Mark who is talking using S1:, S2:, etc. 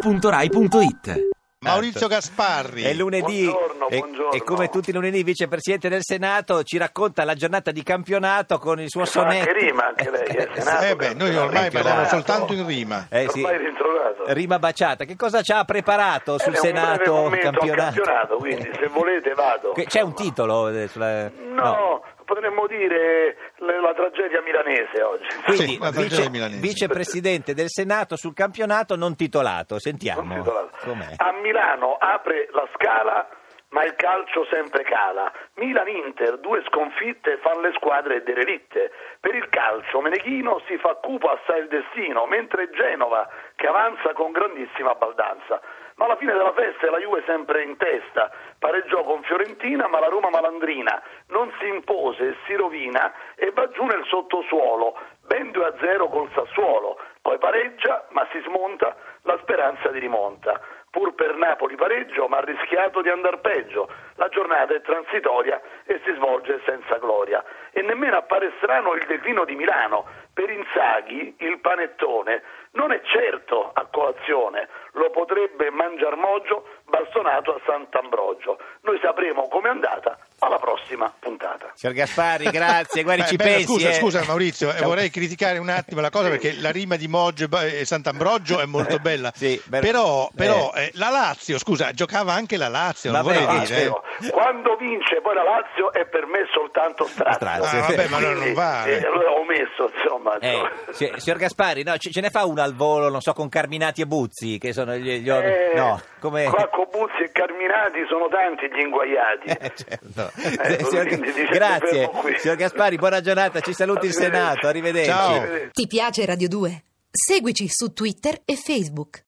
S1: radio2pod.rai.it
S2: Maurizio Gasparri.
S3: È lunedì
S4: Buongiorno,
S3: e,
S4: buongiorno.
S3: e come tutti i lunedì il vicepresidente del Senato ci racconta la giornata di campionato con il suo
S4: Fa anche
S3: sonetto.
S4: rima, anche lei, eh, Senato,
S2: Eh beh, noi
S4: Senato,
S2: ormai parliamo
S4: Senato.
S2: soltanto in rima.
S3: Eh, sì.
S4: Ormai è ritrovato.
S3: Rima baciata. Che cosa ci ha preparato sul
S4: È Eh, un breve
S3: Senato Eh,
S4: commento al campionato, quindi se volete vado.
S3: Che- C'è un titolo? eh, sulla-
S4: No, potremmo dire le- la tragedia milanese oggi.
S3: Quindi,
S2: la tragedia
S3: vice-
S2: milanese.
S3: vicepresidente del Senato sul campionato non titolato, sentiamo.
S4: Non titolato.
S3: Com'è?
S4: A Milano apre la scala, ma il calcio sempre cala. Milan-Inter, due sconfitte fanno le squadre derelitte. Per il calcio Meneghino si fa cupo assai il destino, mentre Genova che avanza con grandissima baldanza. Ma alla fine della festa la Juve sempre in testa, pareggiò con Fiorentina ma la Roma malandrina non si impose, si rovina e va giù nel sottosuolo, ben 2 a 0 col Sassuolo, poi pareggia ma si smonta, la speranza di rimonta. Pur per Napoli pareggio ma ha rischiato di andar peggio, la giornata è transitoria e si svolge senza gloria. E nemmeno appare strano il declino di Milano, per Inzaghi il panettone non è certo a colazione, lo potrebbe mangiar Moggio bastonato a Sant'Ambrogio. Noi sapremo com'è andata alla prossima puntata.
S3: Signor Gasparri, grazie, guardi,
S2: Eh,
S3: ci
S2: bella,
S3: pensi.
S2: scusa,
S3: eh.
S2: scusa Maurizio, eh,
S3: Ciao.
S2: vorrei criticare un attimo la cosa perché la rima di Moggio e Ba- e Sant'Ambrogio è molto bella.
S3: Sì, beh,
S2: però
S3: eh.
S2: però eh, la Lazio, scusa, giocava anche la Lazio, non
S3: Vabbè,
S2: vorrei
S3: ah,
S4: Ah,
S2: dire. eh.
S4: vero. Quando vince poi la Lazio è per me soltanto strazio.
S3: Eh, Strazio.
S2: Ah, vabbè, ma allora non
S4: Quindi,
S2: vale.
S4: eh, allora ho messo, insomma. ecco.
S3: Eh,
S4: insomma.
S3: si- signor Gasparri, no, ce, ce ne fa una al volo, non so, con Carminati e Buzzi, che sono gli... gli-
S4: Eh,
S3: no, come...
S4: Qua Cobuzzi e Carminati sono tanti gli inguaiati.
S3: Eh, certo.
S4: Eh,
S3: Signor-
S4: quindi dice,
S3: grazie,
S4: fermo qui.
S3: signor Gasparri, buona giornata, ci saluti il
S4: Arrivederci.
S3: Senato, arrivederci.
S2: Ciao.
S4: Arrivederci.
S5: Ti piace Radio 2? Seguici su Twitter e Facebook.